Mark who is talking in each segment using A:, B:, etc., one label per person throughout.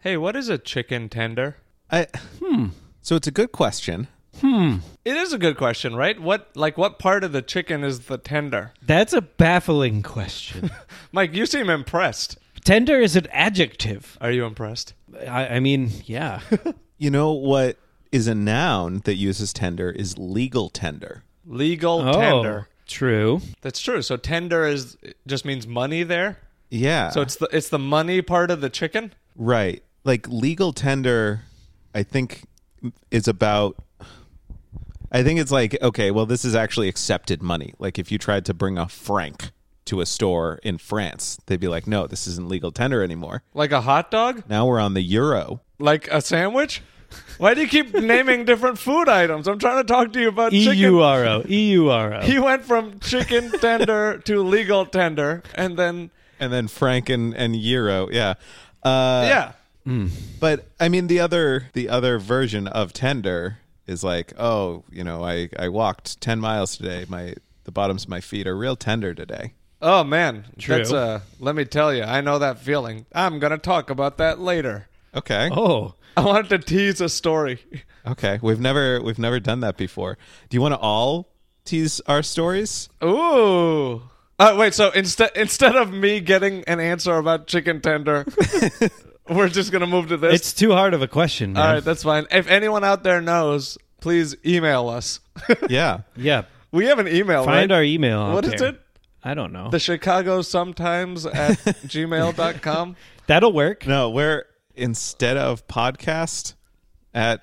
A: Hey, what is a chicken tender?
B: I, hmm. So it's a good question.
A: It is a good question, right? What like what part of the chicken is the tender?
C: That's a baffling question.
A: Mike, you seem impressed.
C: Tender is an adjective.
A: Are you impressed?
C: I, I mean, yeah.
B: You know what is a noun that uses tender is legal tender.
A: Legal
C: Oh,
A: tender.
C: True.
A: That's true. So tender is it just means money there.
B: Yeah.
A: So it's the it's the money part of the chicken.
B: Right. Like legal tender, I think is about. I think it's like, okay, well, this is actually accepted money. Like if you tried to bring a franc to a store in France, they'd be like, no, this isn't legal tender anymore.
A: Like a hot dog?
B: Now we're on the euro.
A: Like a sandwich? Why do you keep naming different food items? I'm trying to talk to you about
C: E
A: chicken.
C: E-U-R-O. E-U-R-O.
A: He went from chicken tender to legal tender and then
B: And then franc and, and euro. Yeah. Uh,
A: yeah.
B: But I mean, the other the other version of tender is like, oh, you know, I, I walked 10 miles today. My The bottoms of my feet are real tender today.
A: Oh man,
C: True.
A: that's uh let me tell you, I know that feeling. I'm going to talk about that later.
B: Okay.
C: Oh.
A: I wanted to tease a story.
B: Okay, we've never we've never done that before. Do you want to all tease our stories?
A: Ooh. Oh wait, so instead instead of me getting an answer about chicken tender, we're just going to move to this.
C: It's too hard of a question, man.
A: All right, that's fine. If anyone out there knows, please email us.
B: Yeah.
C: yeah.
A: we have an email.
C: Find
A: right?
C: our e- email. out
A: What is
C: there.
A: it?
C: I don't know.
A: The Chicago sometimes at gmail.com.
C: That'll work.
B: No, we're instead of podcast at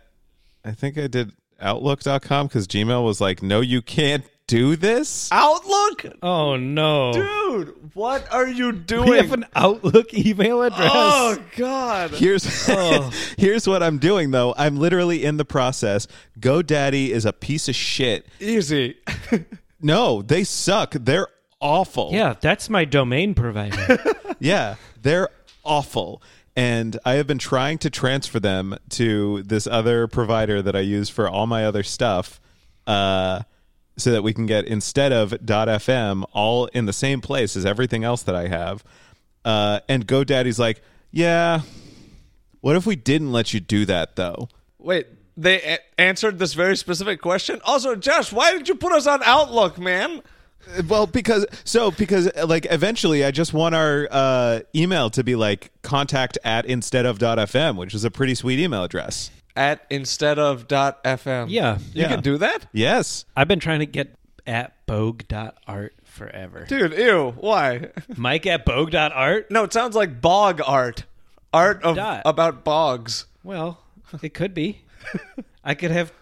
B: I think I did outlook.com cuz Gmail was like, "No, you can't do this."
A: Outlook?
C: Oh no.
A: Dude, what are you doing?
C: we have an Outlook email address.
A: oh, God.
B: Here's Here's what I'm doing though. I'm literally in the process. GoDaddy is a piece of shit.
A: Easy.
B: No, they suck. They're awful.
C: Yeah, that's my domain provider.
B: Yeah, they're awful. And I have been trying to transfer them to this other provider that I use for all my other stuff uh, so that we can get instead of .fm all in the same place as everything else that I have. Uh, and GoDaddy's like, yeah, what if we didn't let you do that though?
A: Wait, they a- answered this very specific question? Also, Josh, why did you put us on Outlook, man?
B: Well, because so because uh, like eventually I just want our uh, email to be like contact at instead of .fm, which is a pretty sweet email address.
A: At instead of dot FM.
C: Yeah.
A: You
B: Yeah.
A: can do that?
B: Yes.
C: I've been trying to get at bogue.art forever.
A: Dude, ew. Why?
C: Mike at bogue.art?
A: No, it sounds like bog art. Art of
C: Dot.
A: about bogs.
C: Well, it could be. I could have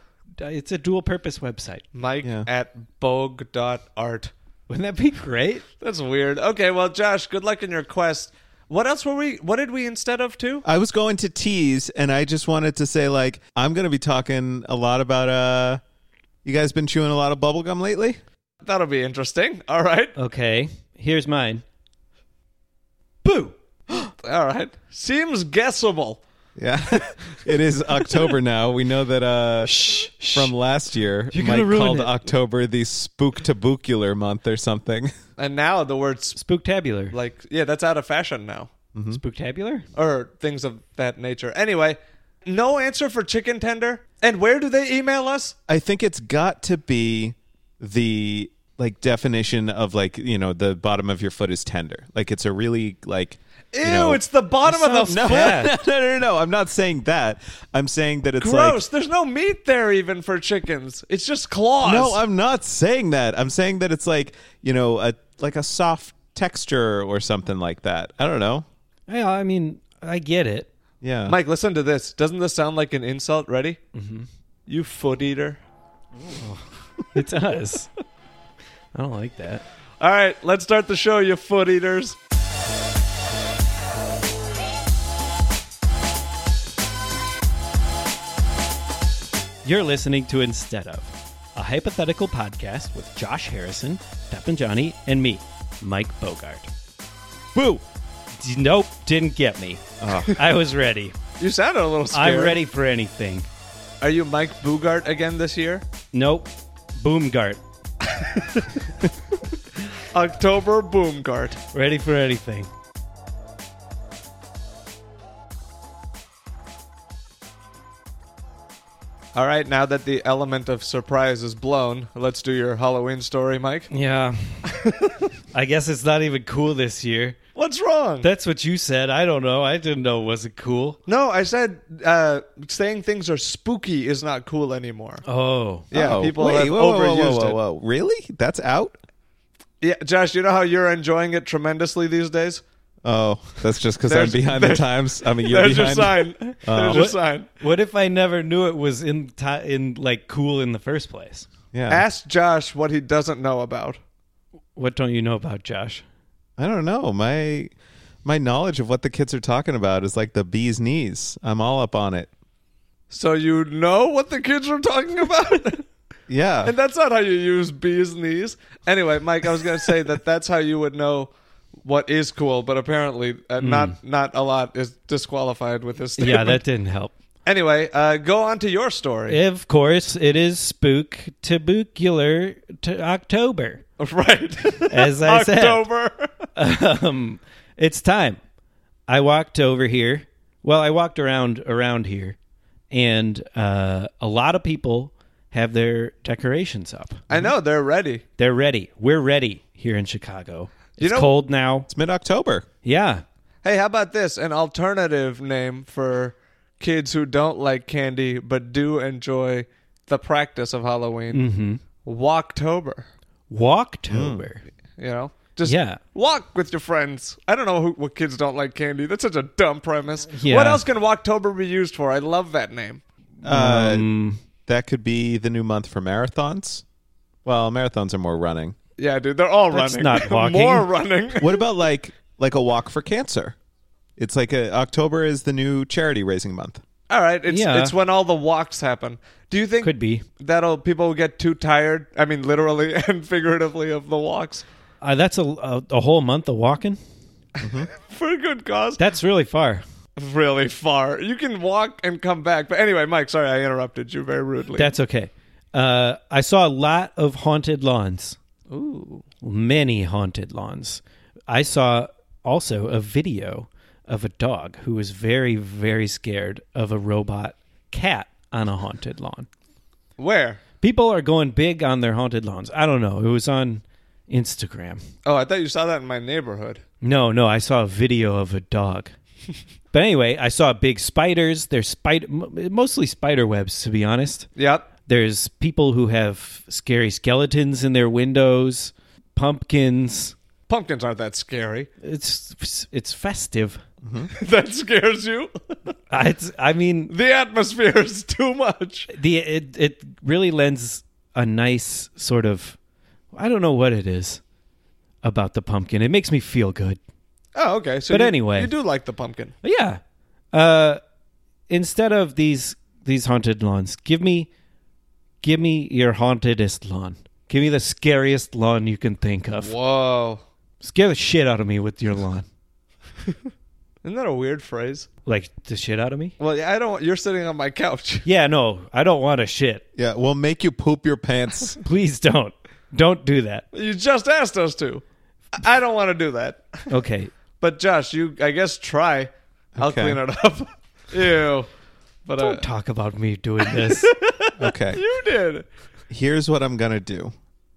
C: it's a dual purpose website.
A: Mike
B: Yeah.
A: at bog dot art.
C: Wouldn't that be great?
A: That's weird. Okay, well, Josh, good luck in your quest. What else were we? What did we instead of too?
B: I was going to tease, and I just wanted to say, like, I'm going to be talking a lot about. uh You guys been chewing a lot of bubblegum lately?
A: That'll be interesting. All right,
C: Okay, here's mine. Boo.
A: all right. Seems guessable.
B: Yeah, it is October now. We know that uh from last year,
C: You're gonna
B: Mike
C: ruin
B: called
C: it.
B: October the spooktabucular month or something.
A: And now the words
C: Spooktabular. Hmm?
A: like yeah, that's out of fashion now,
C: Spooktabular?
A: or things of that nature. Anyway, no answer for chicken tender. And where do they email us?
B: I think it's got to be the like definition of like you know the bottom of your foot is tender. Like it's a really like
A: Ew,
B: you know-
A: it's the bottom of the
C: sounds
A: foot.
C: bad.
B: no, no, no, no. I'm not saying that. I'm saying that it's like
A: Gross. There's no meat there even for chickens. It's just claws.
B: No, I'm not saying that. I'm saying that it's like you know a like a soft texture or something like that. I don't know.
C: Yeah, I mean, I get it.
B: Yeah,
A: Mike, listen to this. Doesn't this sound like an insult? Ready? Mm-hmm. You foot eater.
C: It's us. I don't like that.
A: All right, let's start the show, you foot eaters.
C: You're listening to Instead of, a hypothetical podcast with Josh Harrison, Depp and Johnny, and me, Mike Bogart. Boo! D- nope, didn't get me. I was ready.
A: You sounded a little scared.
C: I'm ready for anything.
A: Are you Mike Bugart again this year?
C: Nope, Boomgart.
A: October Boomgart.
C: Ready for anything.
A: All right, now that the element of surprise is blown, let's do your Halloween story, Mike.
C: Yeah. I guess it's not even cool this year.
A: What's wrong?
C: That's what you said. I don't know. I didn't know it wasn't cool.
A: no, I said uh, saying things are spooky is not cool anymore.
C: Oh.
A: Yeah,
B: Oh,
A: people
B: wait,
A: have
B: whoa, whoa,
A: overused
B: whoa, whoa,
A: it.
B: whoa, whoa. Really? That's out?
A: Yeah, Josh, you know how you're enjoying it tremendously these days?
B: Oh, that's just because I'm
A: There's-
B: behind the
A: there's-
B: times. I'm a year
A: There's your
B: behind.
A: sign. There's your
C: Uh, What,
A: sign.
C: what if I never knew it was in ti in like cool in the first place?
B: Yeah.
A: Ask Josh what he doesn't know about.
C: What don't you know about Josh?
B: I don't know. My my knowledge of what the kids are talking about is like the bee's knees. I'm all up on it.
A: So you know what the kids are talking about?
B: Yeah.
A: and that's not how you use bees knees. Anyway, Mike, I was going to say that that's how you would know what is cool, but apparently uh, not not a lot is disqualified with this statement.
C: Hmm. Yeah, that didn't help.
A: Anyway, uh, go on to your story.
C: Of course, it is spook tabucular to October.
A: right.
C: As I said.
A: October.
C: um, it's time. I walked over here. Well, I walked around around here, and uh, a lot of people have their decorations up.
A: I know they're ready.
C: They're ready. We're ready here in Chicago. It's
A: You know-
C: cold now.
B: it's mid October.
C: Yeah.
A: Hey, how about this? An alternative name for kids who don't like candy but do enjoy the practice of Halloween. Mm-hmm. Walktober.
C: Walktober.
A: You know, just
C: Yeah.
A: walk with your friends. I don't know who, what kids don't like candy. That's such a dumb premise.
C: Yeah.
A: What else can Walktober be used for? I love that name.
B: Uh,
C: Um,
B: that could be the new month for marathons. Well, marathons are more running.
A: Yeah, dude, they're all
C: That's
A: running.
C: not walking.
A: More running.
B: What about like like a walk for cancer? It's like a, October is the new charity raising month.
A: all right, it's
C: Yeah.
A: it's when all the walks happen. Do you think
C: could be.
A: that'll people will get too tired? I mean, literally and figuratively of the walks
C: Uh, that's a, a a whole month of walking.
A: for a good cause.
C: That's really far.
A: really far. You can walk and come back. But anyway, Mike, sorry I interrupted you very rudely.
C: That's okay. Uh, I saw a lot of haunted lawns.
A: Ooh.
C: many haunted lawns. I saw also a video of a dog who was very, very scared of a robot cat on a haunted lawn.
A: Where?
C: People are going big on their haunted lawns. I don't know. It was on Instagram.
A: Oh, I thought you saw that in my neighborhood.
C: No, no, I saw a video of a dog. but anyway, I saw big spiders. They're spider, mostly spider webs, to be honest.
A: Yep.
C: There's people who have scary skeletons in their windows, pumpkins.
A: Pumpkins aren't that scary.
C: It's it's festive.
A: that scares you.
C: I, it's, I mean,
A: the atmosphere is too much.
C: the it, it really lends a nice sort of I don't know what it is about the pumpkin. It makes me feel good.
A: Oh, okay. So
C: But
A: you-
C: anyway.
A: you do like the pumpkin.
C: But yeah. Uh, instead of these these haunted lawns, give me give me your hauntedest lawn. Give me the scariest lawn you can think of.
A: Whoa.
C: Scare the shit out of me with your lawn.
A: Isn't that a weird phrase?
C: Like the shit out of me?
A: Well, yeah, I don't. You're sitting on my couch.
C: Yeah, no, I don't want a shit.
B: Yeah, we'll make you poop your pants.
C: Please don't. Don't do that.
A: You just asked us to. I I don't want to do that.
C: Okay.
A: But Josh, you, I guess, try. I'll
B: Okay.
A: clean it up. Ew. But uh,
C: Don't talk about me doing this.
B: Okay.
A: you did.
B: Here's what I'm gonna do.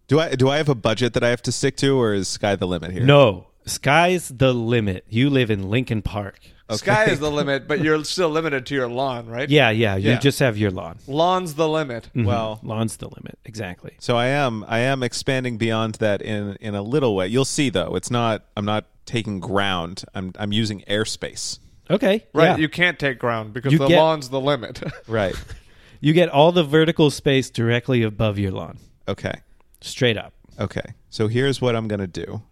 B: Do I do I have a budget that I have to stick to, or is sky the limit here?
C: No, sky's the limit. You live in Lincoln Park.
A: Sky is the limit, but you're still limited to your lawn, right?
C: Yeah, Mm-hmm. yeah. You
B: Yeah.
C: just have your lawn.
A: Lawn's the limit.
B: Well,
C: Lawn's the limit. Exactly.
B: So I am I am expanding beyond that in in a little way. You'll see though. It's not I'm not taking ground. I'm I'm using airspace.
C: Okay.
A: Right.
C: yeah.
A: You can't take ground because
C: You
A: the
C: get-
A: lawn's the limit.
B: Right.
C: You get all the vertical space directly above your lawn,
B: okay.
C: straight up.
B: Okay. So here's what I'm going to do.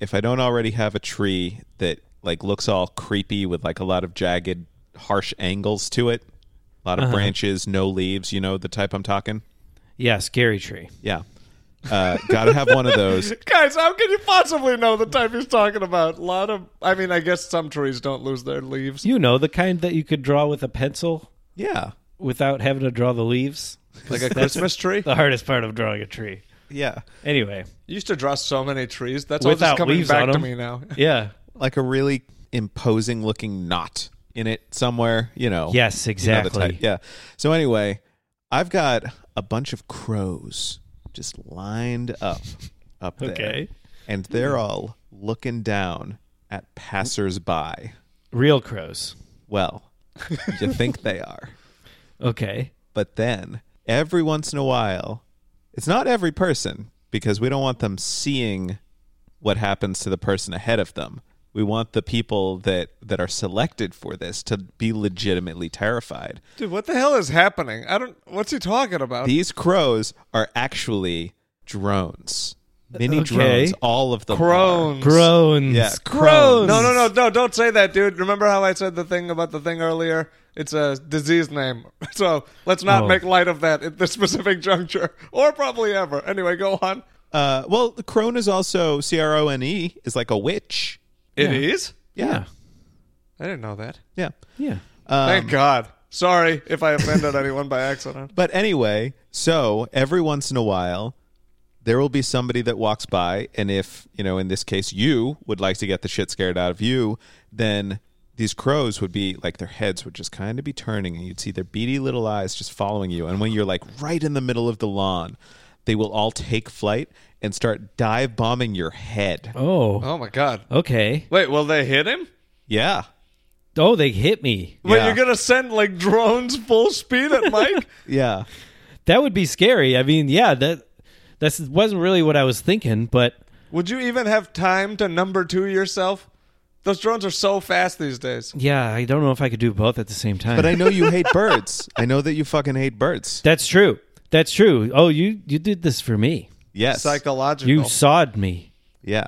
B: If I don't already have a tree that like looks all creepy with like a lot of jagged harsh angles to it, a lot of branches, no leaves, you know the type I'm talking?
C: Yeah, scary tree.
B: Yeah. Uh, got to have one of those.
A: Guys, how can you possibly know the type he's talking about? A lot of, I mean, I guess some trees don't lose their leaves.
C: You know the kind that you could draw with a pencil
B: Yeah.
C: without having to draw the leaves.
A: Like a Christmas tree?
C: The hardest part of drawing a tree.
B: Yeah.
C: Anyway,
A: You used to draw so many trees. That's all
C: without
A: just coming
C: leaves
A: back
C: on
A: to
C: them.
A: me now.
C: Yeah.
B: Like a really imposing looking knot in it somewhere, you know.
C: Yes,
B: You know the
C: exactly.
B: type. Yeah. So anyway, I've got a bunch of crows just lined up up there.
C: Okay.
B: And they're all looking down at passersby.
C: Real crows.
B: Well, you think they are.
C: Okay.
B: But then, every once in a while, it's not every person because we don't want them seeing what happens to the person ahead of them. We want the people that that are selected for this to be legitimately terrified.
A: Dude, what the hell is happening? I don't. What's he talking about?
B: These crows are actually drones. Mini
C: Okay.
B: drones, all of them. are.
A: Crones.
C: Groans.
B: Yeah,
C: Groans.
A: Oh, No, no, no, no! Don't say that, dude. Remember how I said the thing about the thing earlier? It's a disease name, so let's not
C: Oh.
A: make light of that at this specific juncture, or probably ever. Anyway, go on.
B: Uh, well, the crone is also C R O N E is like a witch.
A: It
C: Yeah.
A: is.
C: Yeah.
A: I didn't know that.
B: Yeah.
C: Yeah.
A: Thank God. Sorry if I offended anyone by accident.
B: But anyway, so every once in a while, there will be somebody that walks by, and if you know, in this case, you would like to get the shit scared out of you, then these crows would be like their heads would just kind of be turning, and you'd see their beady little eyes just following you. And when you're like right in the middle of the lawn, they will all take flight and start dive bombing your head.
C: Oh.
A: Oh my God.
C: Okay.
A: Wait, will they hit him?
B: Yeah.
C: Oh, they hit me.
A: Wait,
B: Yeah.
A: you're gonna send like drones full speed at Mike?
B: Yeah.
C: That would be scary. I mean, yeah, that that wasn't really what I was thinking, but
A: Would you even have time to number two yourself? Those drones are so fast these days.
C: yeah, I don't know if I could do both at the same time.
B: But I know you hate birds. I know that you fucking hate birds.
C: That's true. That's true. Oh, you you did this for me.
B: Yes.
A: Psychological.
C: You sawed me.
B: Yeah.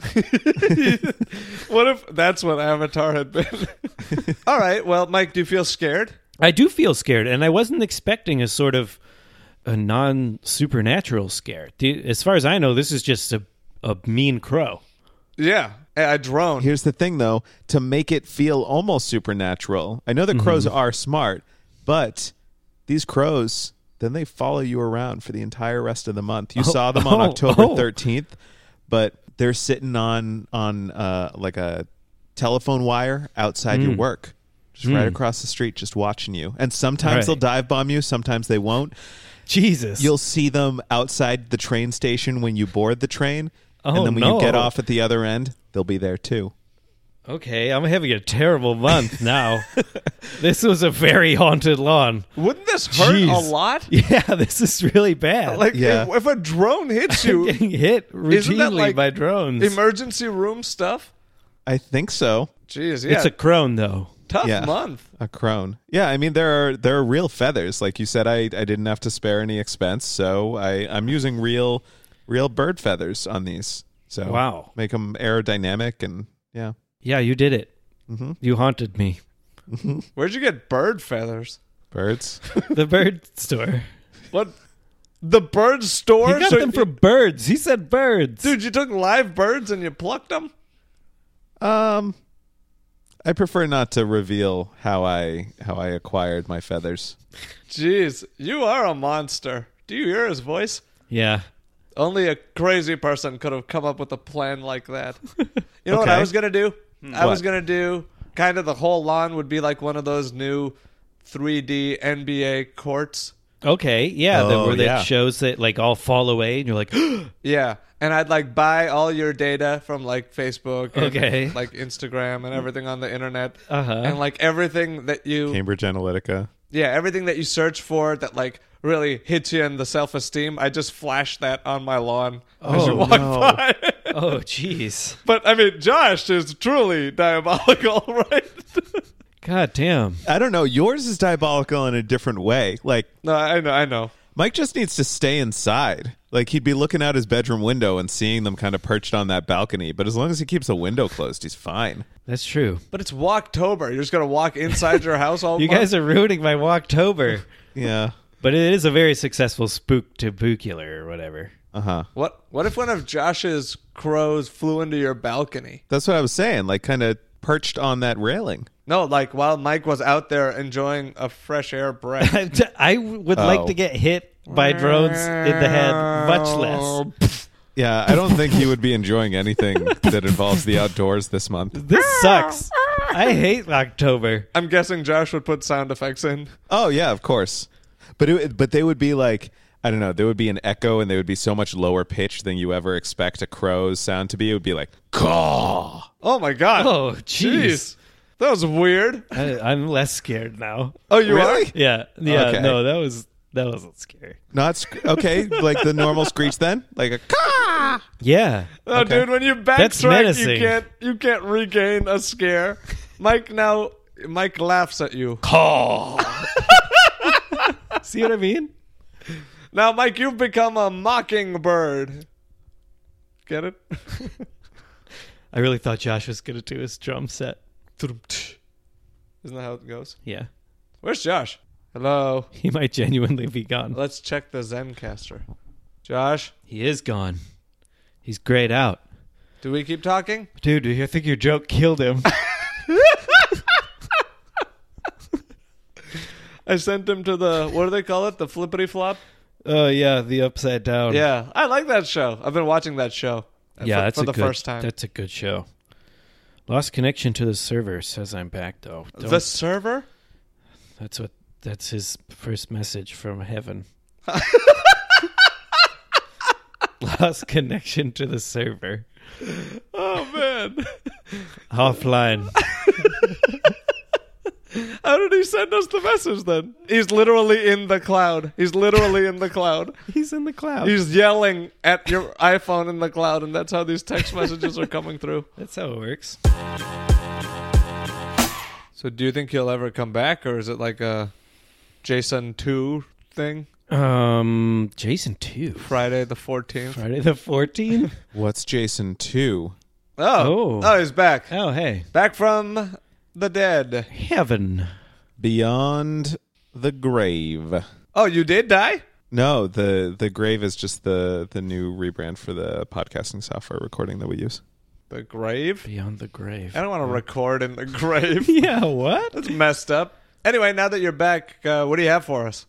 A: what if that's what Avatar had been? All right. Well, Mike, do you feel scared?
C: I do feel scared, and I wasn't expecting a sort of a non supernatural scare. The- As far as I know, this is just a, a mean crow.
A: Yeah. A a drone.
B: Here's the thing, though, to make it feel almost supernatural. I know
C: Mm-hmm.
B: the crows are smart, but these crows, then they follow you around for the entire rest of the month. You saw them on
C: oh,
B: October
C: oh.
B: 13th, but they're sitting on on uh, like a telephone wire outside
C: Mm.
B: your work, just right across the street, just watching you. And sometimes
C: Right.
B: they'll dive bomb you, sometimes they won't.
C: Jesus.
B: You'll see them outside the train station when you board the train,
C: Oh,
B: and then when you get
C: no.
B: off at the other end, they'll be there too.
C: okay, I'm having a terrible month now. this was a very haunted lawn.
A: Wouldn't this hurt
C: Jeez.
A: a lot?
C: Yeah, this is really bad.
A: Like,
B: Yeah.
A: if, if a drone hits you,
C: getting hit
A: Isn't that
C: routinely
A: like
C: by drones.
A: emergency room stuff.
B: I think so.
A: Jeez, yeah.
C: it's a crone, though.
A: tough
B: yeah.
A: month.
B: A crone. Yeah, I mean there are there are real feathers. Like you said, I, I didn't have to spare any expense, so I I'm using real real bird feathers on these. So
C: Wow.
B: make them aerodynamic and yeah.
C: Yeah, you did it.
A: Mm-hmm.
C: You haunted me.
A: Where'd you get bird feathers?
B: Birds.
C: The bird store.
A: What? The bird store?
C: He got
A: So
C: them
A: you-
C: from birds. He said birds.
A: dude, you took live birds and you plucked them?
B: um, I prefer not to reveal how I how I acquired my feathers.
A: Jeez, you are a monster. Do you hear his voice?
C: Yeah.
A: Only a crazy person could have come up with a plan like that. You know what I
B: Okay.
A: was gonna do? I was
B: What?
A: gonna do kind of the whole lawn would be like one of those new 3D NBA courts.
C: Okay. Yeah. that
B: Oh,
C: where that
B: yeah.
C: shows that like all fall away, and you're like, oh,
A: Yeah, and I'd like buy all your data from like Facebook, and,
C: Okay.
A: like Instagram, and everything on the internet,
C: Uh-huh.
A: and like everything that you,
B: Cambridge Analytica.
A: yeah, everything that you search for that like really hits you in the self esteem. I just flash that on my lawn as you
C: Oh,
A: walk
B: no.
A: by.
C: oh, jeez.
A: but I mean, Josh is truly diabolical, right?
C: God damn.
B: I don't know. Yours is diabolical in a different way. Like
A: no, I know, I know.
B: Mike just needs to stay inside. Like he'd be looking out his bedroom window and seeing them kind of perched on that balcony, but as long as he keeps the window closed, he's fine.
C: That's true.
A: But it's Walktober. You're just gonna walk inside your house all
C: You
A: month?
C: guys are ruining my Walktober.
B: Yeah.
C: but it is a very successful spook to bookular or whatever.
B: Uh-huh.
A: What? What if one of Josh's crows flew into your balcony?
B: That's what I was saying, like kind of perched on that railing.
A: No, like while Mike was out there enjoying a fresh air breath.
C: I I would like
B: Oh.
C: to get hit by drones in the head, much less.
B: Yeah, I don't think he would be enjoying anything that involves the outdoors this month.
C: This sucks. I hate October.
A: I'm guessing Josh would put sound effects in.
B: Oh, yeah, of course. But it, but they would be like I don't know. There would be an echo, and they would be so much lower pitched than you ever expect a crow's sound to be. It would be like caw.
A: Oh my god.
C: Oh, jeez.
A: That was weird.
C: I, I'm less scared now.
A: Oh, you
B: Really?
A: are?
C: Yeah, yeah.
B: Okay.
C: No, that was that wasn't scary.
B: Not sc- okay. like the normal screech, then like a caw.
C: Yeah,
A: Oh,
B: Okay.
A: dude, when you
C: That's
A: backtrack,
C: menacing.
A: you can't you can't regain a scare. Mike now Mike laughs at you.
C: see what I mean?
A: Now, Mike, you've become a mockingbird. Get it?
C: I really thought Josh was gonna do his drum set.
A: Isn't that how it goes?
C: Yeah,
A: Where's Josh? Hello.
C: he might genuinely be gone.
A: Let's check the Zencaster. Josh,
C: He is gone. He's grayed out.
A: do we keep talking?
C: Dude, I think your joke killed him.
A: I sent him to the what do they call it? The flippity flop?
C: Oh yeah, the upside down.
A: Yeah. I like that show. I've been watching that show. uh,
C: yeah.
A: for,
C: that's
A: for
C: a
A: the
C: good,
A: first time.
C: That's a good show. Lost connection to the server says I'm back though. Don't-
A: The server?
C: that's what. That's his first message from heaven. Lost connection to the server.
A: Oh man.
C: Offline.
A: How did he send us the message then? He's literally in the cloud. He's literally in the cloud.
C: He's in the cloud.
A: He's yelling at your iPhone in the cloud, and that's how these text messages are coming through.
C: That's how it works.
A: So, do you think he'll ever come back, or is it like a Jason 2 thing?
C: Um, Jason two.
A: Friday the 14th?
C: Friday the fourteenth.
B: What's Jason two?
A: Oh,
C: Oh.
A: oh. he's back.
C: oh hey,
A: Back from the dead.
C: heaven.
B: Beyond the grave.
A: Oh, you did die?
B: No, the the grave is just the the new rebrand for the podcasting software recording that we use.
A: The grave?
C: Beyond the grave.
A: I don't want to record in the grave.
C: Yeah. What?
A: That's messed up. Anyway, now that you're back, uh, what do you have for us?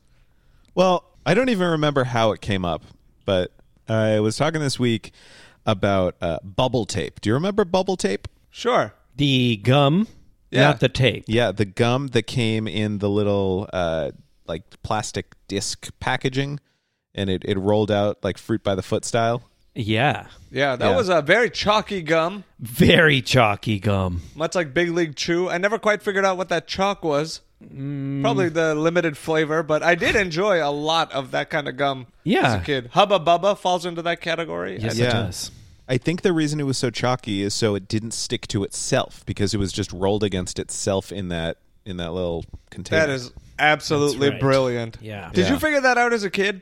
B: Well, I don't even remember how it came up, but I was talking this week about uh, bubble tape. Do you remember bubble tape?
A: Sure.
C: The gum,
A: Yeah.
C: not the tape.
B: Yeah, the gum that came in the little uh, like plastic disc packaging, and it, it rolled out like fruit by the foot style.
C: Yeah.
A: Yeah, that
B: Yeah.
A: was a very chalky gum,
C: Very chalky gum.
A: much like Big League Chew. I never quite figured out what that chalk was.
C: Mm.
A: Probably the limited flavor, but I did enjoy a lot of that kind of gum as
C: Yeah.
A: a kid. Hubba Bubba falls into that category.
C: Yes,
B: Yeah.
C: it does.
B: I think the reason it was so chalky is so it didn't stick to itself because it was just rolled against itself in that in that little container.
A: That is absolutely
C: That's right.
A: brilliant.
C: Yeah.
A: Did
B: Yeah.
A: you figure that out as a kid?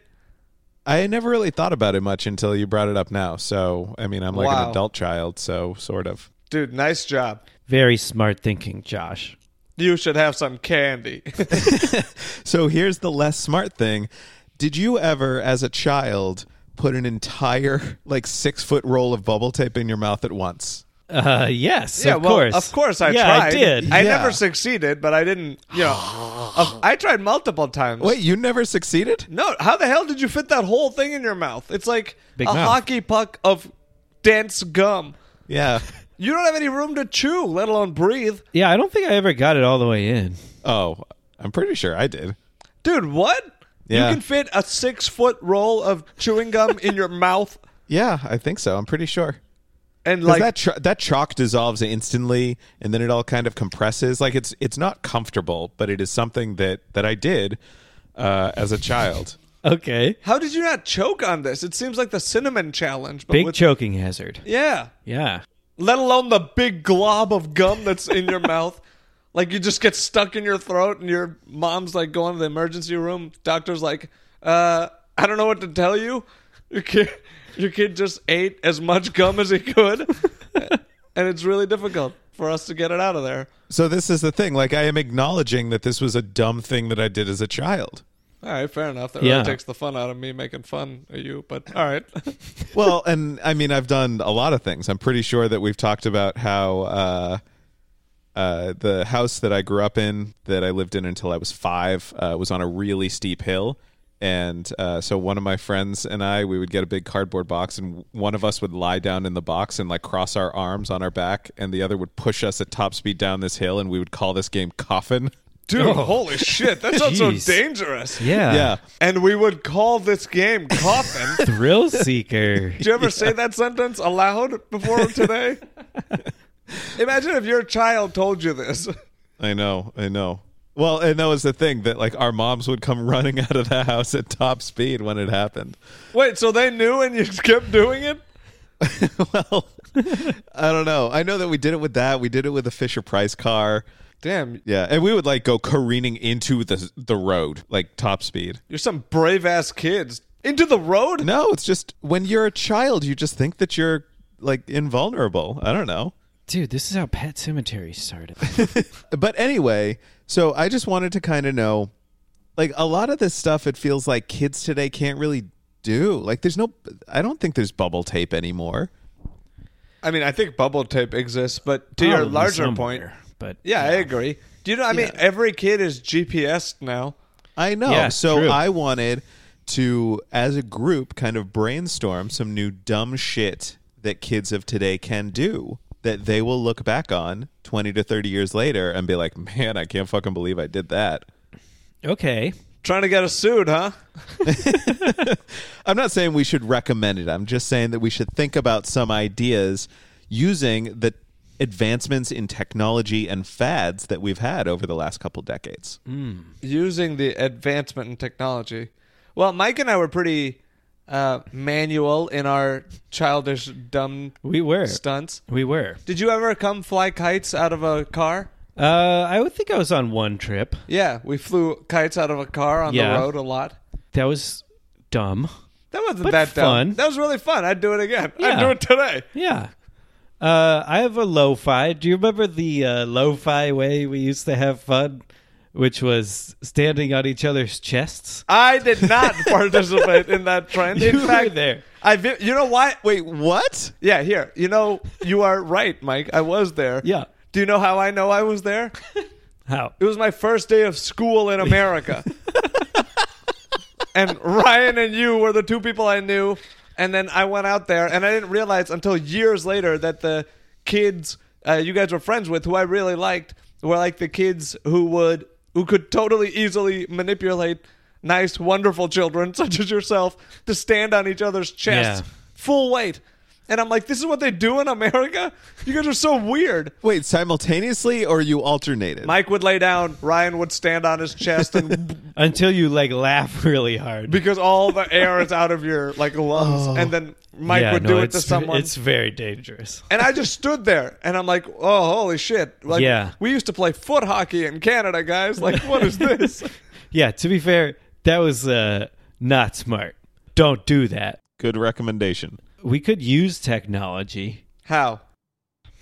B: I never really thought about it much until you brought it up now. So, I mean, I'm like an
A: Wow.
B: adult child, so sort of.
A: Dude, nice job.
C: Very smart thinking, Josh.
A: You should have some candy.
B: So, here's the less smart thing. Did you ever, as a child, put an entire, like, six foot roll of bubble tape in your mouth at once?
C: Uh, yes, of
A: well,
C: course.
A: Of course, I
C: yeah,
A: tried.
C: I did.
A: I
B: Yeah.
A: never succeeded, but I didn't. You know, of- I tried multiple times.
B: Wait, you never succeeded?
A: No, how the hell did you fit that whole thing in your mouth? It's like
C: Big
A: a
C: mouth.
A: hockey puck of dense gum.
B: Yeah.
A: You don't have any room to chew, let alone breathe.
C: yeah, I don't think I ever got it all the way in.
B: Oh, I'm pretty sure I did.
A: Dude, what?
B: Yeah.
A: You can fit a six foot roll of chewing gum in your mouth
B: Yeah, I think so. I'm pretty sure.
A: and
B: 'Cause
A: like
B: that ch- that chalk dissolves instantly, and then it all kind of compresses. Like it's it's not comfortable, but it is something that that I did uh, as a child.
C: Okay.
A: how did you not choke on this? It seems like the cinnamon challenge, but
C: Big
A: with
C: choking hazard.
A: Yeah.
C: Yeah.
A: Let alone the big glob of gum that's in your mouth. Like you just get stuck in your throat and your mom's like going to the emergency room. Doctor's like, uh, I don't know what to tell you. Your kid your kid just ate as much gum as he could. and it's really difficult for us to get it out of there.
B: So this is the thing. Like I am acknowledging that this was a dumb thing that I did as a child.
A: All right, fair enough. That
C: Yeah.
A: really takes the fun out of me making fun of you, but all right.
B: Well, and I mean I've done a lot of things. I'm pretty sure that we've talked about how uh, uh, the house that I grew up in, that I lived in until I was five, uh, was on a really steep hill. And uh, so one of my friends and I, we would get a big cardboard box, and one of us would lie down in the box and like cross our arms on our back, and the other would push us at top speed down this hill, and we would call this game Coffin.
A: Dude,
C: Oh.
A: holy shit, that sounds so
C: Jeez.
A: dangerous.
C: Yeah.
B: yeah.
A: And we would call this game Coffin.
C: Thrill seeker.
A: Did you ever say that sentence aloud before today? Imagine if your child told you this.
B: I know, I know. Well, and that was the thing that like our moms would come running out of the house at top speed when it happened.
A: Wait, so they knew and you kept doing it?
B: well, I don't know. I know that we did it with that. We did it with a Fisher Price car.
A: Damn,
B: Yeah, and we would like go careening into the the road like top speed.
A: you're some brave ass kids. Into the road?
B: No, it's just when you're a child, you just think that you're like invulnerable. I don't know.
C: Dude, this is how Pet Cemetery started.
B: but anyway, so I just wanted to kind of know like a lot of this stuff it feels like kids today can't really do. Like there's no I don't think there's bubble tape anymore.
A: I mean, I think bubble tape exists, but to your
C: Probably
A: larger
C: somewhere,
A: point.
C: But
A: Yeah, I agree. Do you know? I mean, every kid is GPS now.
B: I know.
C: Yeah,
B: so
C: true.
B: I wanted to, as a group, kind of brainstorm some new dumb shit that kids of today can do that they will look back on 20 to 30 years later and be like, man, I can't fucking believe I did that.
C: okay.
A: Trying to get us sued, huh?
B: I'm not saying we should recommend it. I'm just saying that we should think about some ideas using the advancements in technology and fads that we've had over the last couple decades.
C: Mm-hmm.
A: Using the advancement in technology. Well, Mike and I were pretty uh, manual in our childish, dumb
C: We were.
A: stunts.
C: We were.
A: Did you ever come fly kites out of a car?
C: Uh, I would think I was on one trip.
A: Yeah, we flew kites out of a car on
C: Yeah.
A: the road a lot.
C: That was dumb.
A: That wasn't
C: But
A: that dumb.
C: fun.
A: That was really fun. I'd do it again. I'd
C: Yeah.
A: do it today.
C: Yeah. Uh, I have a lo-fi. Do you remember the uh, lo-fi way we used to have fun, which was standing on each other's chests?
A: I did not participate in that trend. Uh, In
C: You were
A: fact,
C: there.
A: I vi- you know why?
B: Wait, what?
A: Yeah, here. You know, you are right, Mike. I was there.
C: Yeah.
A: Do you know how I know I was there?
C: How?
A: It was my first day of school in America. and Ryan and you were the two people I knew. And then I went out there, and I didn't realize until years later that the kids uh, you guys were friends with, who I really liked, were like the kids who would who could totally easily manipulate nice, wonderful children such as yourself to stand on each other's chests,
C: Yeah.
A: full weight. And I'm like, this is what they do in America. You guys are so weird.
B: Wait, simultaneously or you alternated?
A: Mike would lay down, Ryan would stand on his chest and
C: Until you like laugh really hard.
A: because all the air is out of your like lungs and then Mike
C: Yeah,
A: would
C: no,
A: do it
C: it's
A: to
C: ve-
A: someone.
C: It's very dangerous.
A: and I just stood there and I'm like, "Oh, holy shit." Like
C: Yeah.
A: we used to play foot hockey in Canada, guys. Like what is this?
C: Yeah. To be fair, that was uh, not smart. Don't do that.
B: Good recommendation.
C: We could use technology.
A: How?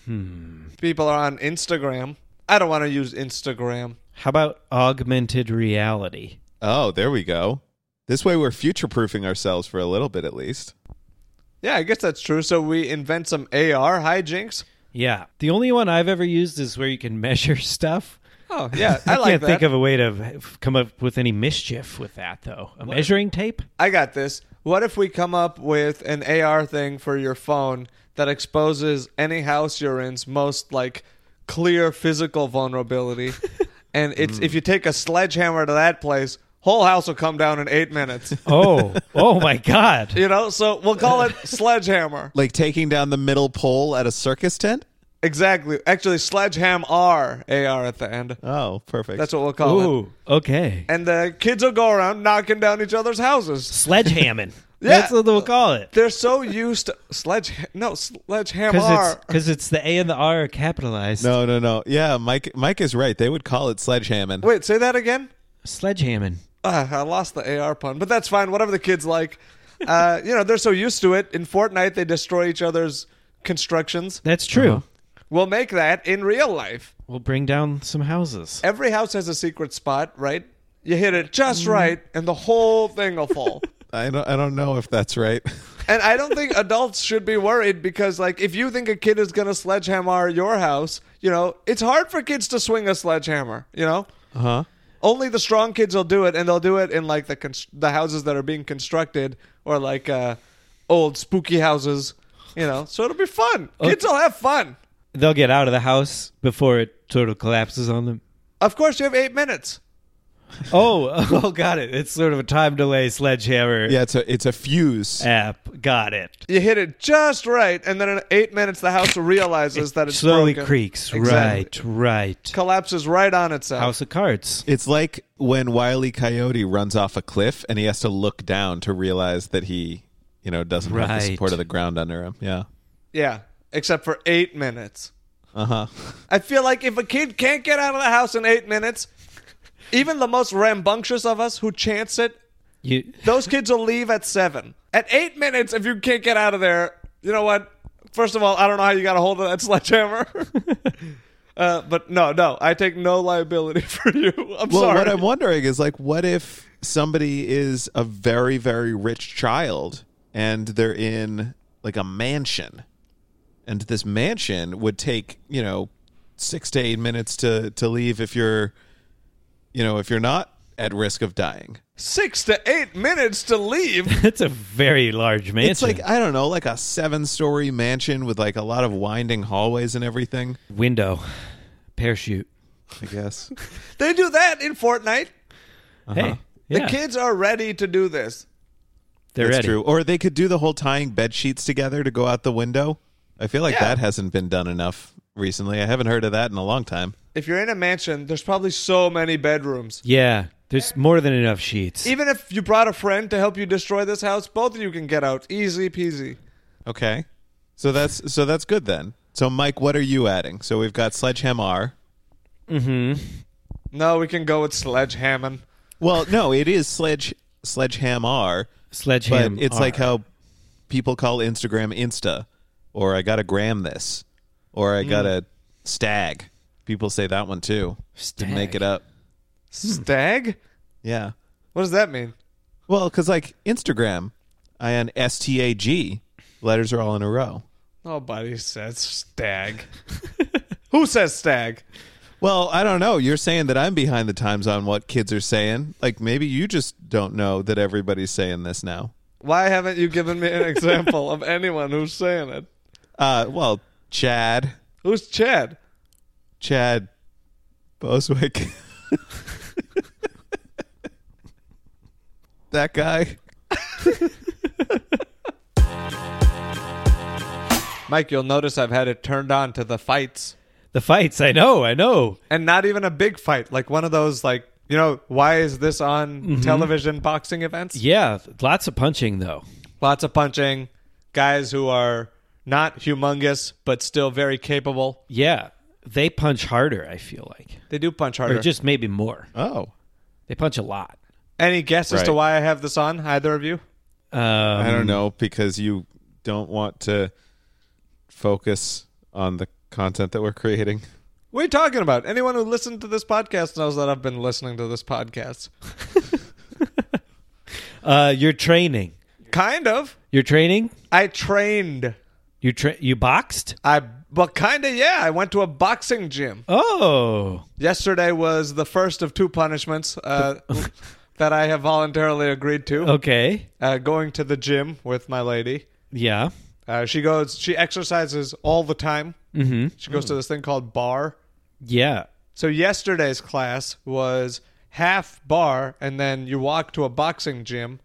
C: Hmm.
A: People are on Instagram. I don't want to use Instagram.
C: How about augmented reality?
B: Oh, there we go. This way we're future proofing ourselves for a little bit at least.
A: Yeah, I guess that's true. So we invent some AR hijinks.
C: Yeah. The only one I've ever used is where you can measure stuff.
A: Oh, yeah. I, like
C: can't
A: that.
C: think of a way to f- come up with any mischief with that, though. A measuring tape?
A: I got this. What if we come up with an AR thing for your phone that exposes any house you're in's most like clear physical vulnerability, and it's if you take a sledgehammer to that place, whole house will come down in eight minutes.
C: Oh, oh my God.
A: you know, so we'll call it sledgehammer.
B: Like taking down the middle pole at a circus tent?
A: Exactly. Actually, sledgeham R AR at the end.
B: Oh, perfect.
A: That's what we'll call it.
C: Ooh, okay.
A: And the kids will go around knocking down each other's houses.
C: Sledgehamming. That's what we'll call it.
A: They're so used to sledge no sledgehammer.
C: Because
A: R.
C: it's, 'cause it's the A and the R are capitalized.
B: no, no, no. Yeah, Mike Mike is right. They would call it sledgehamming.
A: Wait, say that again.
C: Sledgehamming.
A: Uh, I lost the AR pun, but that's fine. Whatever the kids like, uh, you know they're so used to it. In Fortnite, they destroy each other's constructions.
C: That's true.
A: Uh-huh. We'll make that in real life.
C: We'll bring down some houses.
A: Every house has a secret spot, right? You hit it just right, and the whole thing will fall.
B: I don't I don't know if that's right.
A: and I don't think adults should be worried because, like, if you think a kid is gonna sledgehammer your house, you know it's hard for kids to swing a sledgehammer. You know,
C: Uh-huh.
B: huh?
A: only the strong kids will do it, and they'll do it in like the const- the houses that are being constructed or like uh, old spooky houses, you know. So it'll be fun. Kids will have fun.
C: They'll get out of the house before it sort of collapses on them.
A: Of course, you have eight minutes.
C: Oh, oh, got it. It's sort of a time delay sledgehammer
B: Yeah, it's a it's a fuse.
C: app. Got it.
A: You hit it just right, and then in eight minutes, the house realizes that it's
C: Slowly
A: broken.
C: creaks.
A: Exactly.
C: Right, right.
A: Collapses right on itself.
C: House of Cards.
B: It's like when Wiley Coyote runs off a cliff and he has to look down to realize that he, you know, doesn't have the
C: Right.
B: support of the ground under him. Yeah.
A: Yeah, except for eight minutes.
B: Uh huh.
A: I feel like if a kid can't get out of the house in eight minutes, even the most rambunctious of us who chants it,
C: You
A: those kids will leave at seven. At eight minutes, if you can't get out of there, you know what? First of all, I don't know how you got a hold of that sledgehammer. uh, but no, no, I take no liability for you. I'm
B: Well,
A: sorry.
B: what I'm wondering is like, what if somebody is a very, very rich child and they're in like a mansion, and this mansion would take you know six to eight minutes to to leave if you're, you know, if you're not at risk of dying.
A: Six to eight minutes to leave.
C: It's a very large mansion.
B: It's like I don't know, like a seven-story mansion with like a lot of winding hallways and everything.
C: window, parachute.
B: I guess.
A: they do that in Fortnite.
B: Uh-huh.
C: Hey, yeah,
A: The kids are ready to do this.
C: they're
B: That's
C: ready.
B: true. Or they could do the whole tying bed sheets together to go out the window. I feel like
A: Yeah.
B: that hasn't been done enough recently. I haven't heard of that in a long time.
A: If you're in a mansion, there's probably so many bedrooms.
C: Yeah, there's more than enough sheets.
A: Even if you brought a friend to help you destroy this house, both of you can get out. Easy peasy.
B: Okay. So that's so that's good then. So Mike, what are you adding? So we've got sledgehammer.
A: No, we can go with sledgehammon.
B: Well, no, it is sledge sledgehammer, but
C: Sledgehammer.
B: it's like how people call Instagram Insta or I got to gram this or I got to
C: Mm.
B: stag. People say that one too. Didn't Make it
C: Stag.
B: up.
A: Stag?
B: Yeah.
A: What does that mean?
B: Well, because like Instagram, I N S T A G, letters are all in a row.
A: Nobody says stag. Who says stag?
B: Well, I don't know. You're saying that I'm behind the times on what kids are saying. Like maybe you just don't know that everybody's saying this now.
A: Why haven't you given me an example of anyone who's saying it?
B: Uh, well, Chad,
A: Who's Chad?
B: Chad Boswick, that guy.
A: Mike, you'll notice I've had it turned on to the fights.
C: the fights. I know. I know.
A: And not even a big fight, like one of those, like, you know, why is this on television boxing events?
C: Yeah, lots of punching though.
A: Lots of punching. Guys who are not humongous, but still very capable.
C: Yeah, they punch harder. I feel like,
A: They do punch harder.
C: or just maybe more.
B: Oh,
C: They punch a lot.
A: Any guess as
B: Right.
A: to why I have this on, either of you?
C: Um,
B: I don't know because you don't want to focus on the content that we're creating.
A: What are you talking about? Anyone who listened to this podcast knows that I've been listening to this podcast.
C: Uh, you're training.
A: Kind of.
C: You're training.
A: I trained.
C: You tra- you boxed.
A: I well, kind of. Yeah, I went to a boxing gym.
C: Oh,
A: Yesterday was the first of two punishments uh, that I have voluntarily agreed to.
C: okay.
A: Uh, going to the gym with my lady.
C: Yeah.
A: Uh, she goes. She exercises all the time. Mm-hmm. She goes to this thing called bar.
C: Yeah.
A: So yesterday's class was half bar, and then you walk to a boxing gym,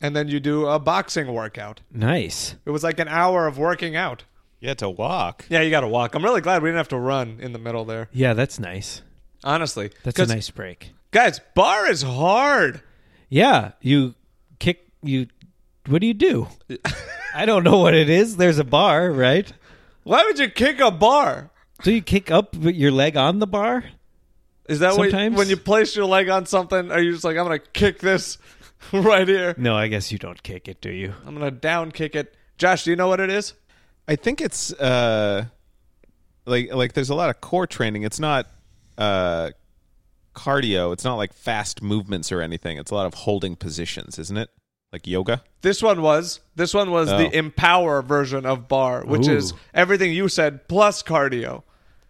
A: and then you do a boxing workout.
C: Nice.
A: It was like an hour of working out.
B: You had to walk.
A: Yeah, you got to walk. I'm really glad we didn't have to run in the middle there.
C: Yeah, that's nice.
A: Honestly,
C: That's a
A: 'Cause,
C: nice break.
A: guys. Bar is hard.
C: Yeah, you kick you what do you do? I don't know what it is. There's a bar, right?
A: Why would you kick a bar?
C: So you kick up with your leg on the bar?
A: Is that what
C: Sometimes.
A: when you place your leg on something? Are you just like I'm gonna kick this right here?
C: No, I guess you don't kick it, do you?
A: I'm gonna down kick it. Josh, do you know what it is?
B: I think it's uh like like there's a lot of core training. It's not uh cardio. It's not like fast movements or anything. It's a lot of holding positions, isn't it? Like yoga.
A: This one was this one was the
B: Oh.
A: empower version of bar, which is
C: Ooh.
A: everything you said plus cardio.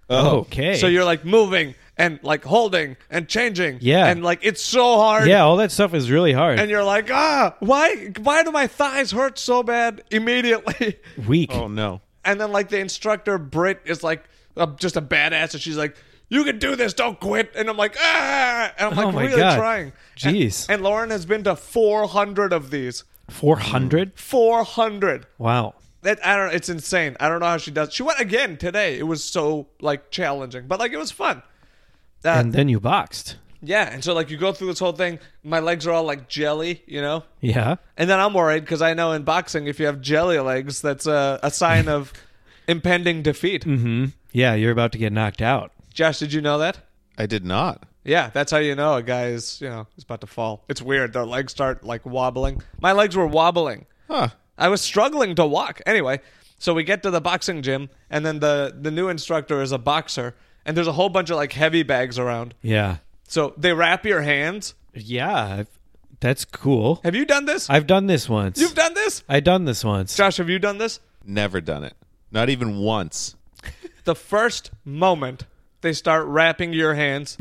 C: okay.
A: So you're like moving and like holding and changing.
C: Yeah.
A: And like it's so hard.
C: Yeah, all that stuff is really hard.
A: And you're like, ah, why why do my thighs hurt so bad immediately?
C: Weak.
B: Oh no.
A: And then like the instructor Brit is like uh, just a badass and she's like you can do this, don't quit. And I'm like, ah, and I'm like
C: Oh my
A: really
C: God.
A: trying.
C: Jeez.
A: And, and Lauren has been to 400 of these.
C: 400?
A: 400.
C: Wow.
A: That I don't. It's insane. I don't know how she does. She went again today. It was so like challenging, but like it was fun. Uh,
C: And then you boxed.
A: yeah, and so like you go through this whole thing. My legs are all like jelly, you know.
C: Yeah.
A: And then I'm worried because I know in boxing, if you have jelly legs, that's a, a sign of impending defeat.
C: hmm Yeah, you're about to get knocked out.
A: Josh, did you know that?
B: I did not.
A: Yeah, that's how you know a guy is, you know, is about to fall. It's weird. Their legs start like wobbling. My legs were wobbling.
B: Huh.
A: I was struggling to walk. Anyway, so we get to the boxing gym, and then the the new instructor is a boxer, and there's a whole bunch of like heavy bags around.
C: Yeah.
A: So they wrap your hands.
C: Yeah. I've- That's cool.
A: Have you done this?
C: I've done this once.
A: You've done this,
C: I've done this once.
A: Josh. Have you done this?
B: Never done it. Not even once.
A: The first moment they start wrapping your hands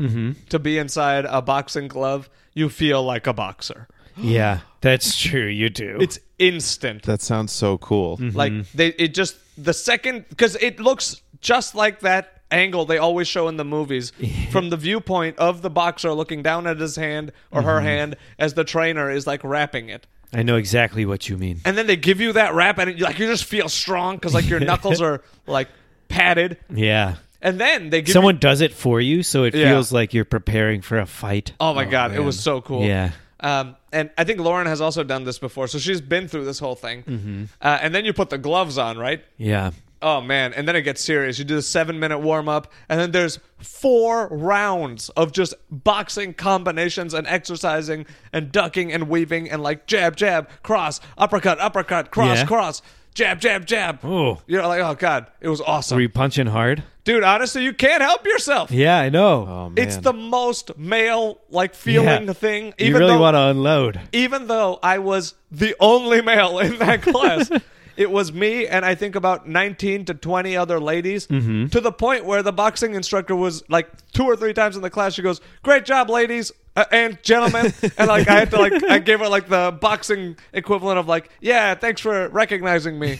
A: to be inside a boxing glove, you feel like a boxer.
C: Yeah, that's true. You do.
A: It's instant.
B: That sounds so cool.
C: Mm-hmm.
A: Like they, it just the second because it looks just like that angle they always show in the movies from the viewpoint of the boxer looking down at his hand or
C: Mm-hmm.
A: her hand as the trainer is like wrapping it.
C: I know exactly what you mean.
A: And then they give you that wrap and it, like you just feel strong because like your knuckles are like padded.
C: Yeah.
A: And then they give
C: Someone does it for you, so it
A: Yeah.
C: feels like you're preparing for a fight.
A: You, oh my god, it was so cool.
C: Yeah.
A: Um, and I think Lauren has also done this before, so she's been through this whole thing.
C: Mm-hmm.
A: Uh, and then you put the gloves on, right?
C: Yeah.
A: Oh man, and then it gets serious. You do the seven minute warm up, and then there's four rounds of just boxing combinations and exercising and ducking and weaving and like jab, jab, cross, uppercut, uppercut, cross,
C: Yeah.
A: cross, jab, jab, jab.
C: Oh.
A: You're like, oh god, it was awesome.
C: Were you punching hard?
A: Dude, honestly, you can't help yourself.
C: Yeah, I know.
B: Oh, man.
A: It's the most male like feeling
C: Yeah.
A: thing.
C: you really
A: though-
C: want to unload.
A: even though I was the only male in that class, it was me and I think about 19 to 20 other ladies to the point where the boxing instructor was like two or three times in the class. She goes, Great job, ladies. Uh, and gentlemen, and like I had to like I gave her like the boxing equivalent of like yeah thanks for recognizing me,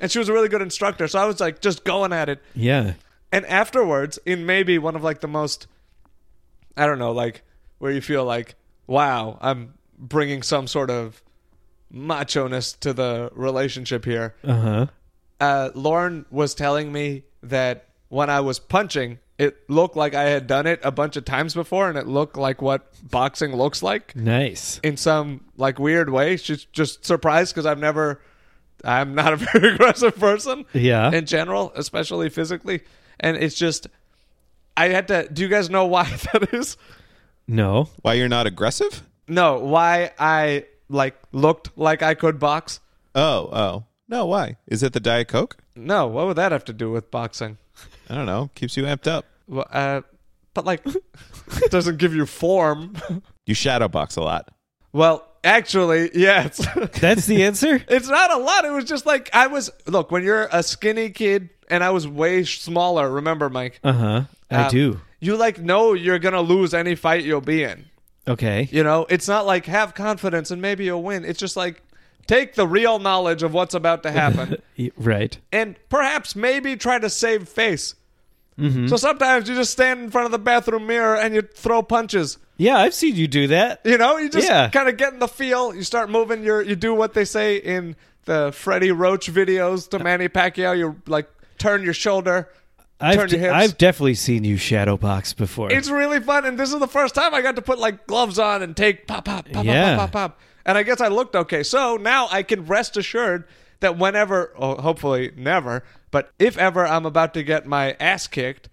A: and she was a really good instructor so I was like just going at it,
C: Yeah.
A: and afterwards, in maybe one of like the most, I don't know, like where you feel like, wow, I'm bringing some sort of macho ness to the relationship here.
C: Uh huh.
A: Uh, Lauren was telling me that when I was punching, it looked like I had done it a bunch of times before, and it looked like what boxing looks like
C: Nice.
A: in some like weird way. She's just surprised because I've never, I'm not a very aggressive person.
C: Yeah.
A: In general, especially physically, and it's just, I had to. Do you guys know why that is?
C: No.
B: Why you're not aggressive?
A: No, why I like looked like I could box.
B: Oh, oh. No, why? Is it the Diet Coke?
A: No, what would that have to do with boxing?
B: I don't know. Keeps you amped up.
A: Well, Uh, but like, it doesn't give you form.
B: You shadow box a lot.
A: Well, actually, yes.
C: That's the answer?
A: It's not a lot. It was just like I was. Look, when you're a skinny kid and I was way smaller, remember, Mike?
C: Uh huh. I
A: Um,
C: do.
A: You like know you're gonna lose any fight you'll be in.
C: Okay.
A: You know, it's not like have confidence and maybe you'll win. It's just like take the real knowledge of what's about to happen
C: Y- Right.
A: and perhaps maybe try to save face.
C: Mm-hmm.
A: So sometimes you just stand in front of the bathroom mirror and you throw punches.
C: Yeah, I've seen you do that.
A: You know, you just
C: Yeah.
A: kind of get in the feel. You start moving your. You do what they say in the Freddie Roach videos to Manny Pacquiao. You like turn your shoulder.
C: I've,
A: turn your
C: d-
A: hips.
C: I've definitely seen you shadow box before.
A: it's really fun, and this is the first time I got to put like gloves on and take pop pop pop
C: Yeah.
A: pop pop pop. And I guess I looked okay. So now I can rest assured that whenever, oh, hopefully never, but if ever I'm about to get my ass kicked,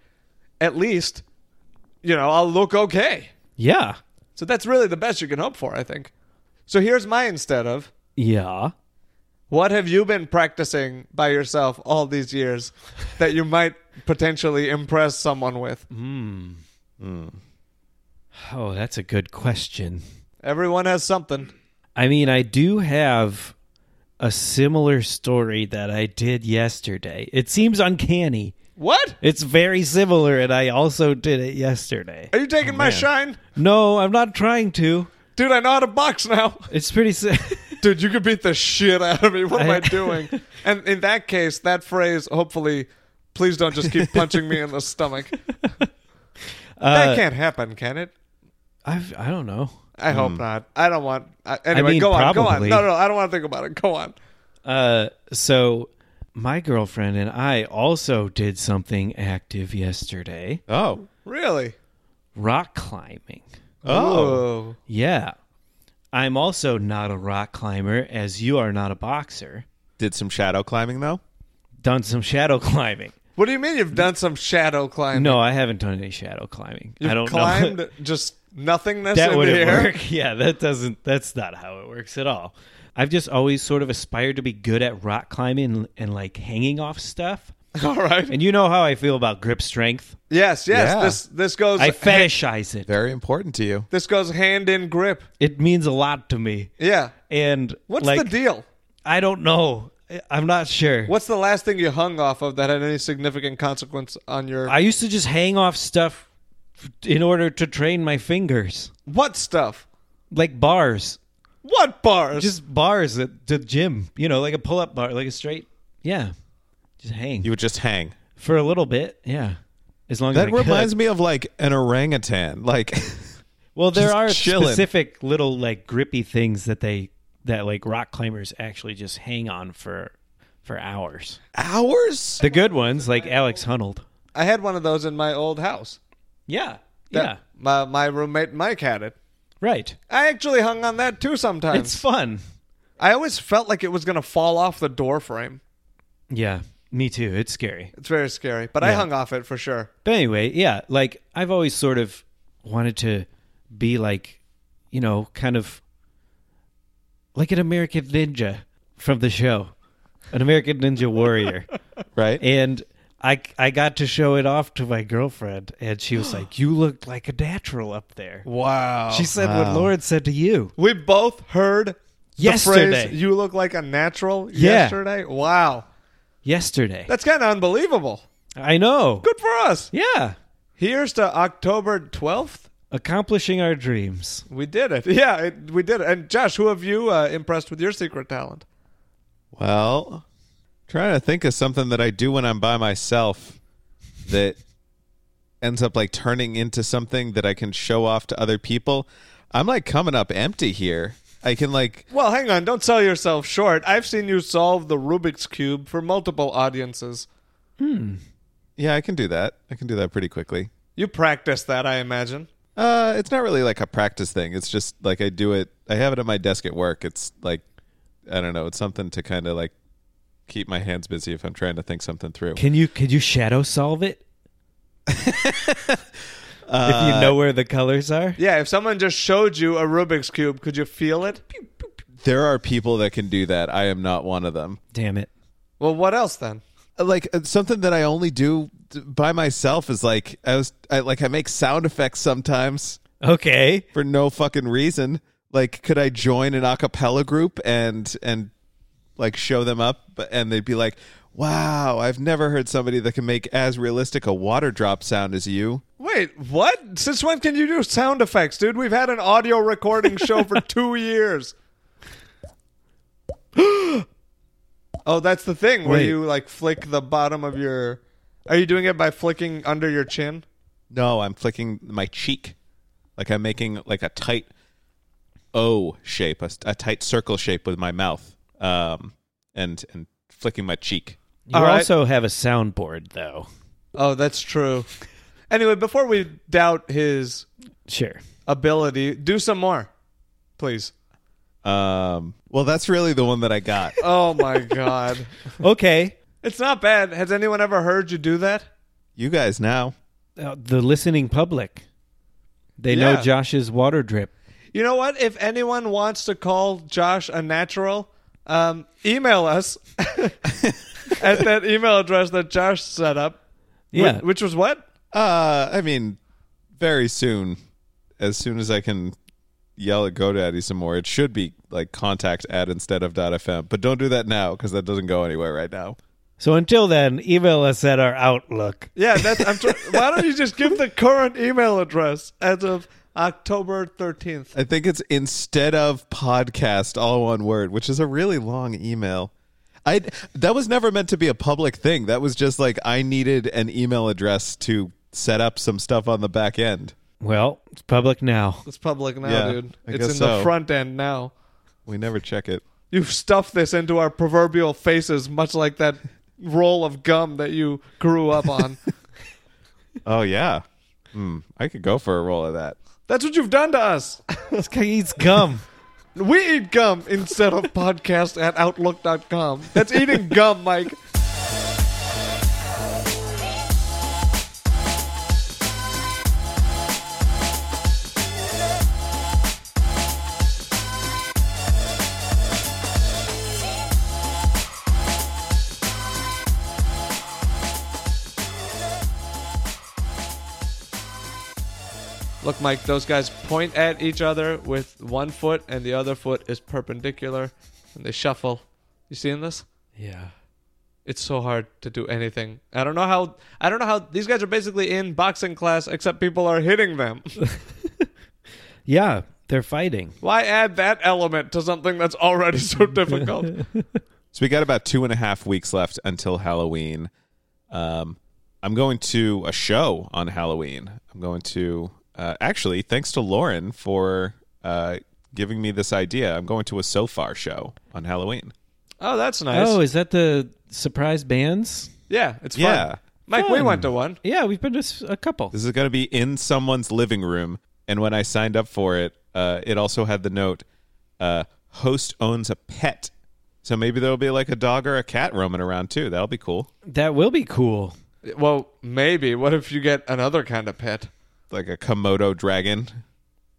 A: at least, you know, I'll look okay.
C: yeah.
A: So that's really the best you can hope for, I think. So here's my instead of.
C: Yeah.
A: What have you been practicing by yourself all these years that you might potentially impress someone with?
C: Oh, that's a good question.
A: Everyone has something.
C: I mean, I do have a similar story that I did yesterday. It seems uncanny.
A: What?
C: It's very similar, and I also did it yesterday.
A: Are you taking my shine?
C: No, I'm not trying to.
A: Dude, I know how to box now.
C: It's pretty. Si-
A: Dude, you could beat the shit out of me. What am
C: I-
A: I doing? And in that
C: Uh,
A: case, that phrase, hopefully, please don't just keep punching me in the stomach. that can't happen, can it?
C: I've, I don't know.
A: I hope not. I don't want. I anyway,
C: hmm. mean,
A: go on. Go on.
C: probably.
A: No, no, I don't want to think about it. Go on.
C: Uh, so my girlfriend and I also did something active yesterday:
B: Oh.
A: Really?
C: rock climbing.
B: Oh.
A: Ooh.
C: Yeah, I'm also not a rock climber, as you are not a boxer.
B: Did some shadow climbing though?
C: Done some shadow climbing.
A: What do you mean you've done some shadow climbing?
C: No, I haven't done any shadow climbing.
A: You've
C: I don't
A: climbed
C: know.
A: just nothingness
C: that
A: in
C: wouldn't
A: the air.
C: work. Yeah, that doesn't. That's not how it works at all. I've just always sort of aspired to be good at rock climbing and, and like hanging off stuff.
A: All right.
C: And you know how I feel about grip strength.
A: Yes, yes.
B: Yeah.
A: This this goes
C: I fetishize it.
B: Very important to you.
A: this goes hand in grip.
C: It means a lot to me.
A: Yeah.
C: And
A: What's
C: like,
A: the deal?
C: I don't know. I- I'm not sure.
A: What's the last thing you hung off of that had any significant consequence on your
C: I used to just hang off stuff f- in order to train my fingers,
A: what stuff?
C: like bars,
A: What bars?
C: just bars at the gym. You know, like a pull-up bar, like a straight. Yeah, just hang
B: You would just hang.
C: for a little bit. Yeah, as long as
B: That
C: I
B: reminds
C: could.
B: me of like an orangutan. Like
C: Well, there
B: just
C: are
B: chilling.
C: specific little like grippy things that they that like rock climbers actually just hang on for for hours.
B: hours?
C: The good ones, like Alex Hunnald.
A: I had one of those in my old house.
C: Yeah. yeah.
A: That- My my roommate Mike had it.
C: Right.
A: I actually hung on that too sometimes.
C: It's fun.
A: I always felt like it was going to fall off the door frame.
C: Yeah. Me too. It's scary.
A: It's very scary, but I hung off it for sure.
C: But anyway, yeah, like I've always sort of wanted to be like, you know, kind of like an American ninja from the show, an American ninja warrior.
B: Right?
C: and I I got to show it off to my girlfriend, and she was like, "You look like a natural up there."
A: Wow.
C: She said what Lauren said to you.
A: we both heard the
C: Yesterday.
A: phrase, you look like a natural
C: Yeah.
A: yesterday. Wow.
C: Yesterday.
A: That's kind of unbelievable.
C: I know.
A: Good for us.
C: Yeah.
A: Here's to October 12th.
C: Accomplishing our dreams.
A: We did it. Yeah, it, we did it. And Josh, who have you uh, impressed with your secret talent?
B: Well, trying to think of something that I do when I'm by myself that ends up like turning into something that I can show off to other people. I'm like coming up empty here. I can like
A: Well, hang on. Don't sell yourself short. I've seen you solve the Rubik's Cube for multiple audiences.
B: yeah, I can do that. I can do that pretty quickly.
A: You practiced that, I imagine.
B: Uh it's not really like a practice thing. It's just like I do it I have it at my desk at work. It's like I don't know, it's something to kind of like keep my hands busy if I'm trying to think something through.
C: Can you could you shadow solve it? if you know where the colors are.
A: Yeah, if someone just showed you a Rubik's Cube, could you feel it?
B: There are people that can do that. I am not one of them.
C: Damn it.
A: Well, what else then?
B: like uh, something that I only do d- by myself is like I was I like I make sound effects sometimes
C: Okay.
B: for no fucking reason. Like could I join an a cappella group and and like show them up but- and they'd be like, "Wow, I've never heard somebody that can make as realistic a water drop sound as you."
A: Wait, what? Since when can you do sound effects, dude? We've had an audio recording show for two years. oh, that's the thing where
C: Wait.
A: you like flick the bottom of your. Are you doing it by flicking under your chin?
B: No, I'm flicking my cheek. Like I'm making like a tight O shape, a, s- a tight circle shape with my mouth. Um and and flicking my cheek.
C: You
A: All right.
C: also have a soundboard though.
A: Oh, that's true. anyway, before we doubt his
C: Sure.
A: ability, do some more, please.
B: Um, well, that's really the one that I got.
A: Oh my god,
C: Okay.
A: it's not bad. Has anyone ever heard you do that?
B: you guys now.
C: Uh, the listening public. They
A: Yeah.
C: know Josh's water drip.
A: You know what? If anyone wants to call Josh a natural, um, email us at that email address that Josh set up. whi-
C: Yeah.
A: Which was what?
B: Uh, I mean, very soon, as soon as I can yell at GoDaddy some more, it should be like contact at instead of .fm. But don't do that now because that doesn't go anywhere right now.
C: So until then, email us at our outlook.
A: Yeah, that's. I'm tr- why don't you just give the current email address as of October 13th?
B: I think it's instead of podcast, all one word, which is a really long email. I that was never meant to be a public thing. That was just like I needed an email address to set up some stuff on the back end.
C: Well, it's public now.
A: It's public now,
B: Yeah,
A: dude.
B: I
A: it's
B: guess
A: in
B: so.
A: the front end now.
B: We never check it.
A: You've stuffed this into our proverbial faces, much like that roll of gum that you grew up on.
B: Oh yeah, Hmm. I could go for a roll of that.
A: That's what you've done to us.
C: This guy eats gum.
A: We eat gum instead of podcast at outlook.com. That's eating gum, Mike. Look, Mike, those guys point at each other with one foot and the other foot is perpendicular and they shuffle. You seeing this?
C: yeah.
A: It's so hard to do anything. I don't know how I don't know how these guys are basically in boxing class except people are hitting them.
C: Yeah, they're fighting.
A: Why add that element to something that's already so difficult?
B: So we got about two and a half weeks left until Halloween. Um, I'm going to a show on Halloween. I'm going to uh, actually, thanks to Lauren for uh, giving me this idea. I'm going to a So Far show on Halloween.
A: oh, that's nice.
C: Oh, is that the surprise bands?
A: yeah, it's fun.
B: Yeah.
A: Mike, we
C: Fun.
A: went to one.
C: Yeah, we've been to s- a couple.
B: This is going to be in someone's living room. And when I signed up for it, uh, it also had the note uh, host owns a pet. So maybe there'll be like a dog or a cat roaming around too. That'll be cool.
C: That will be cool.
A: Well, maybe. What if you get another kind of pet?
B: Like a Komodo dragon.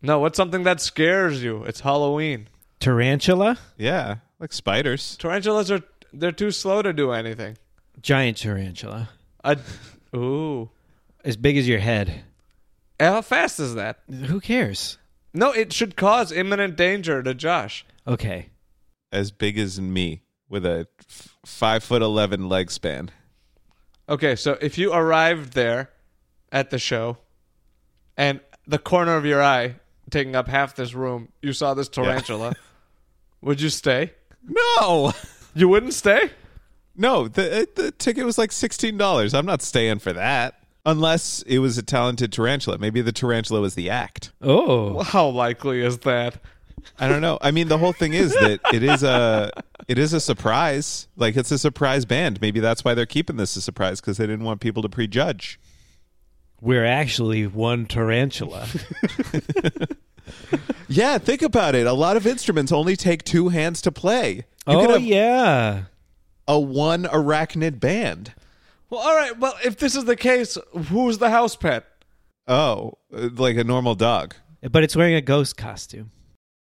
A: No, what's something that scares you? It's Halloween.
C: Tarantula,
B: Yeah, like spiders.
A: Tarantulas are they're too slow to do anything.
C: giant tarantula,
A: A, ooh.
C: as big as your head.
A: How fast is that?
C: Who cares?
A: No, it should cause imminent danger to Josh.
C: Okay.
B: as big as me with a f- five foot eleven leg span.
A: Okay, so if you arrived there at the show and the corner of your eye taking up half this room, you saw this tarantula, would you stay?
B: No,
A: You wouldn't stay?
B: no. The uh, the ticket was like sixteen dollars. I'm not staying for that unless it was a talented tarantula. Maybe the tarantula was the act.
C: Oh,
A: How likely is that?
B: I don't know. I mean, the whole thing is that it is a it is a surprise. Like it's a surprise band. Maybe that's why they're keeping this a surprise because they didn't want people to prejudge.
C: we're actually one tarantula.
B: Yeah, think about it. A lot of instruments only take two hands to play. You could
C: oh
B: have
C: yeah.
B: a one arachnid band.
A: Well, all right. Well, if this is the case, who's the house pet?
B: Oh, uh, like a normal dog.
C: But it's wearing a ghost costume.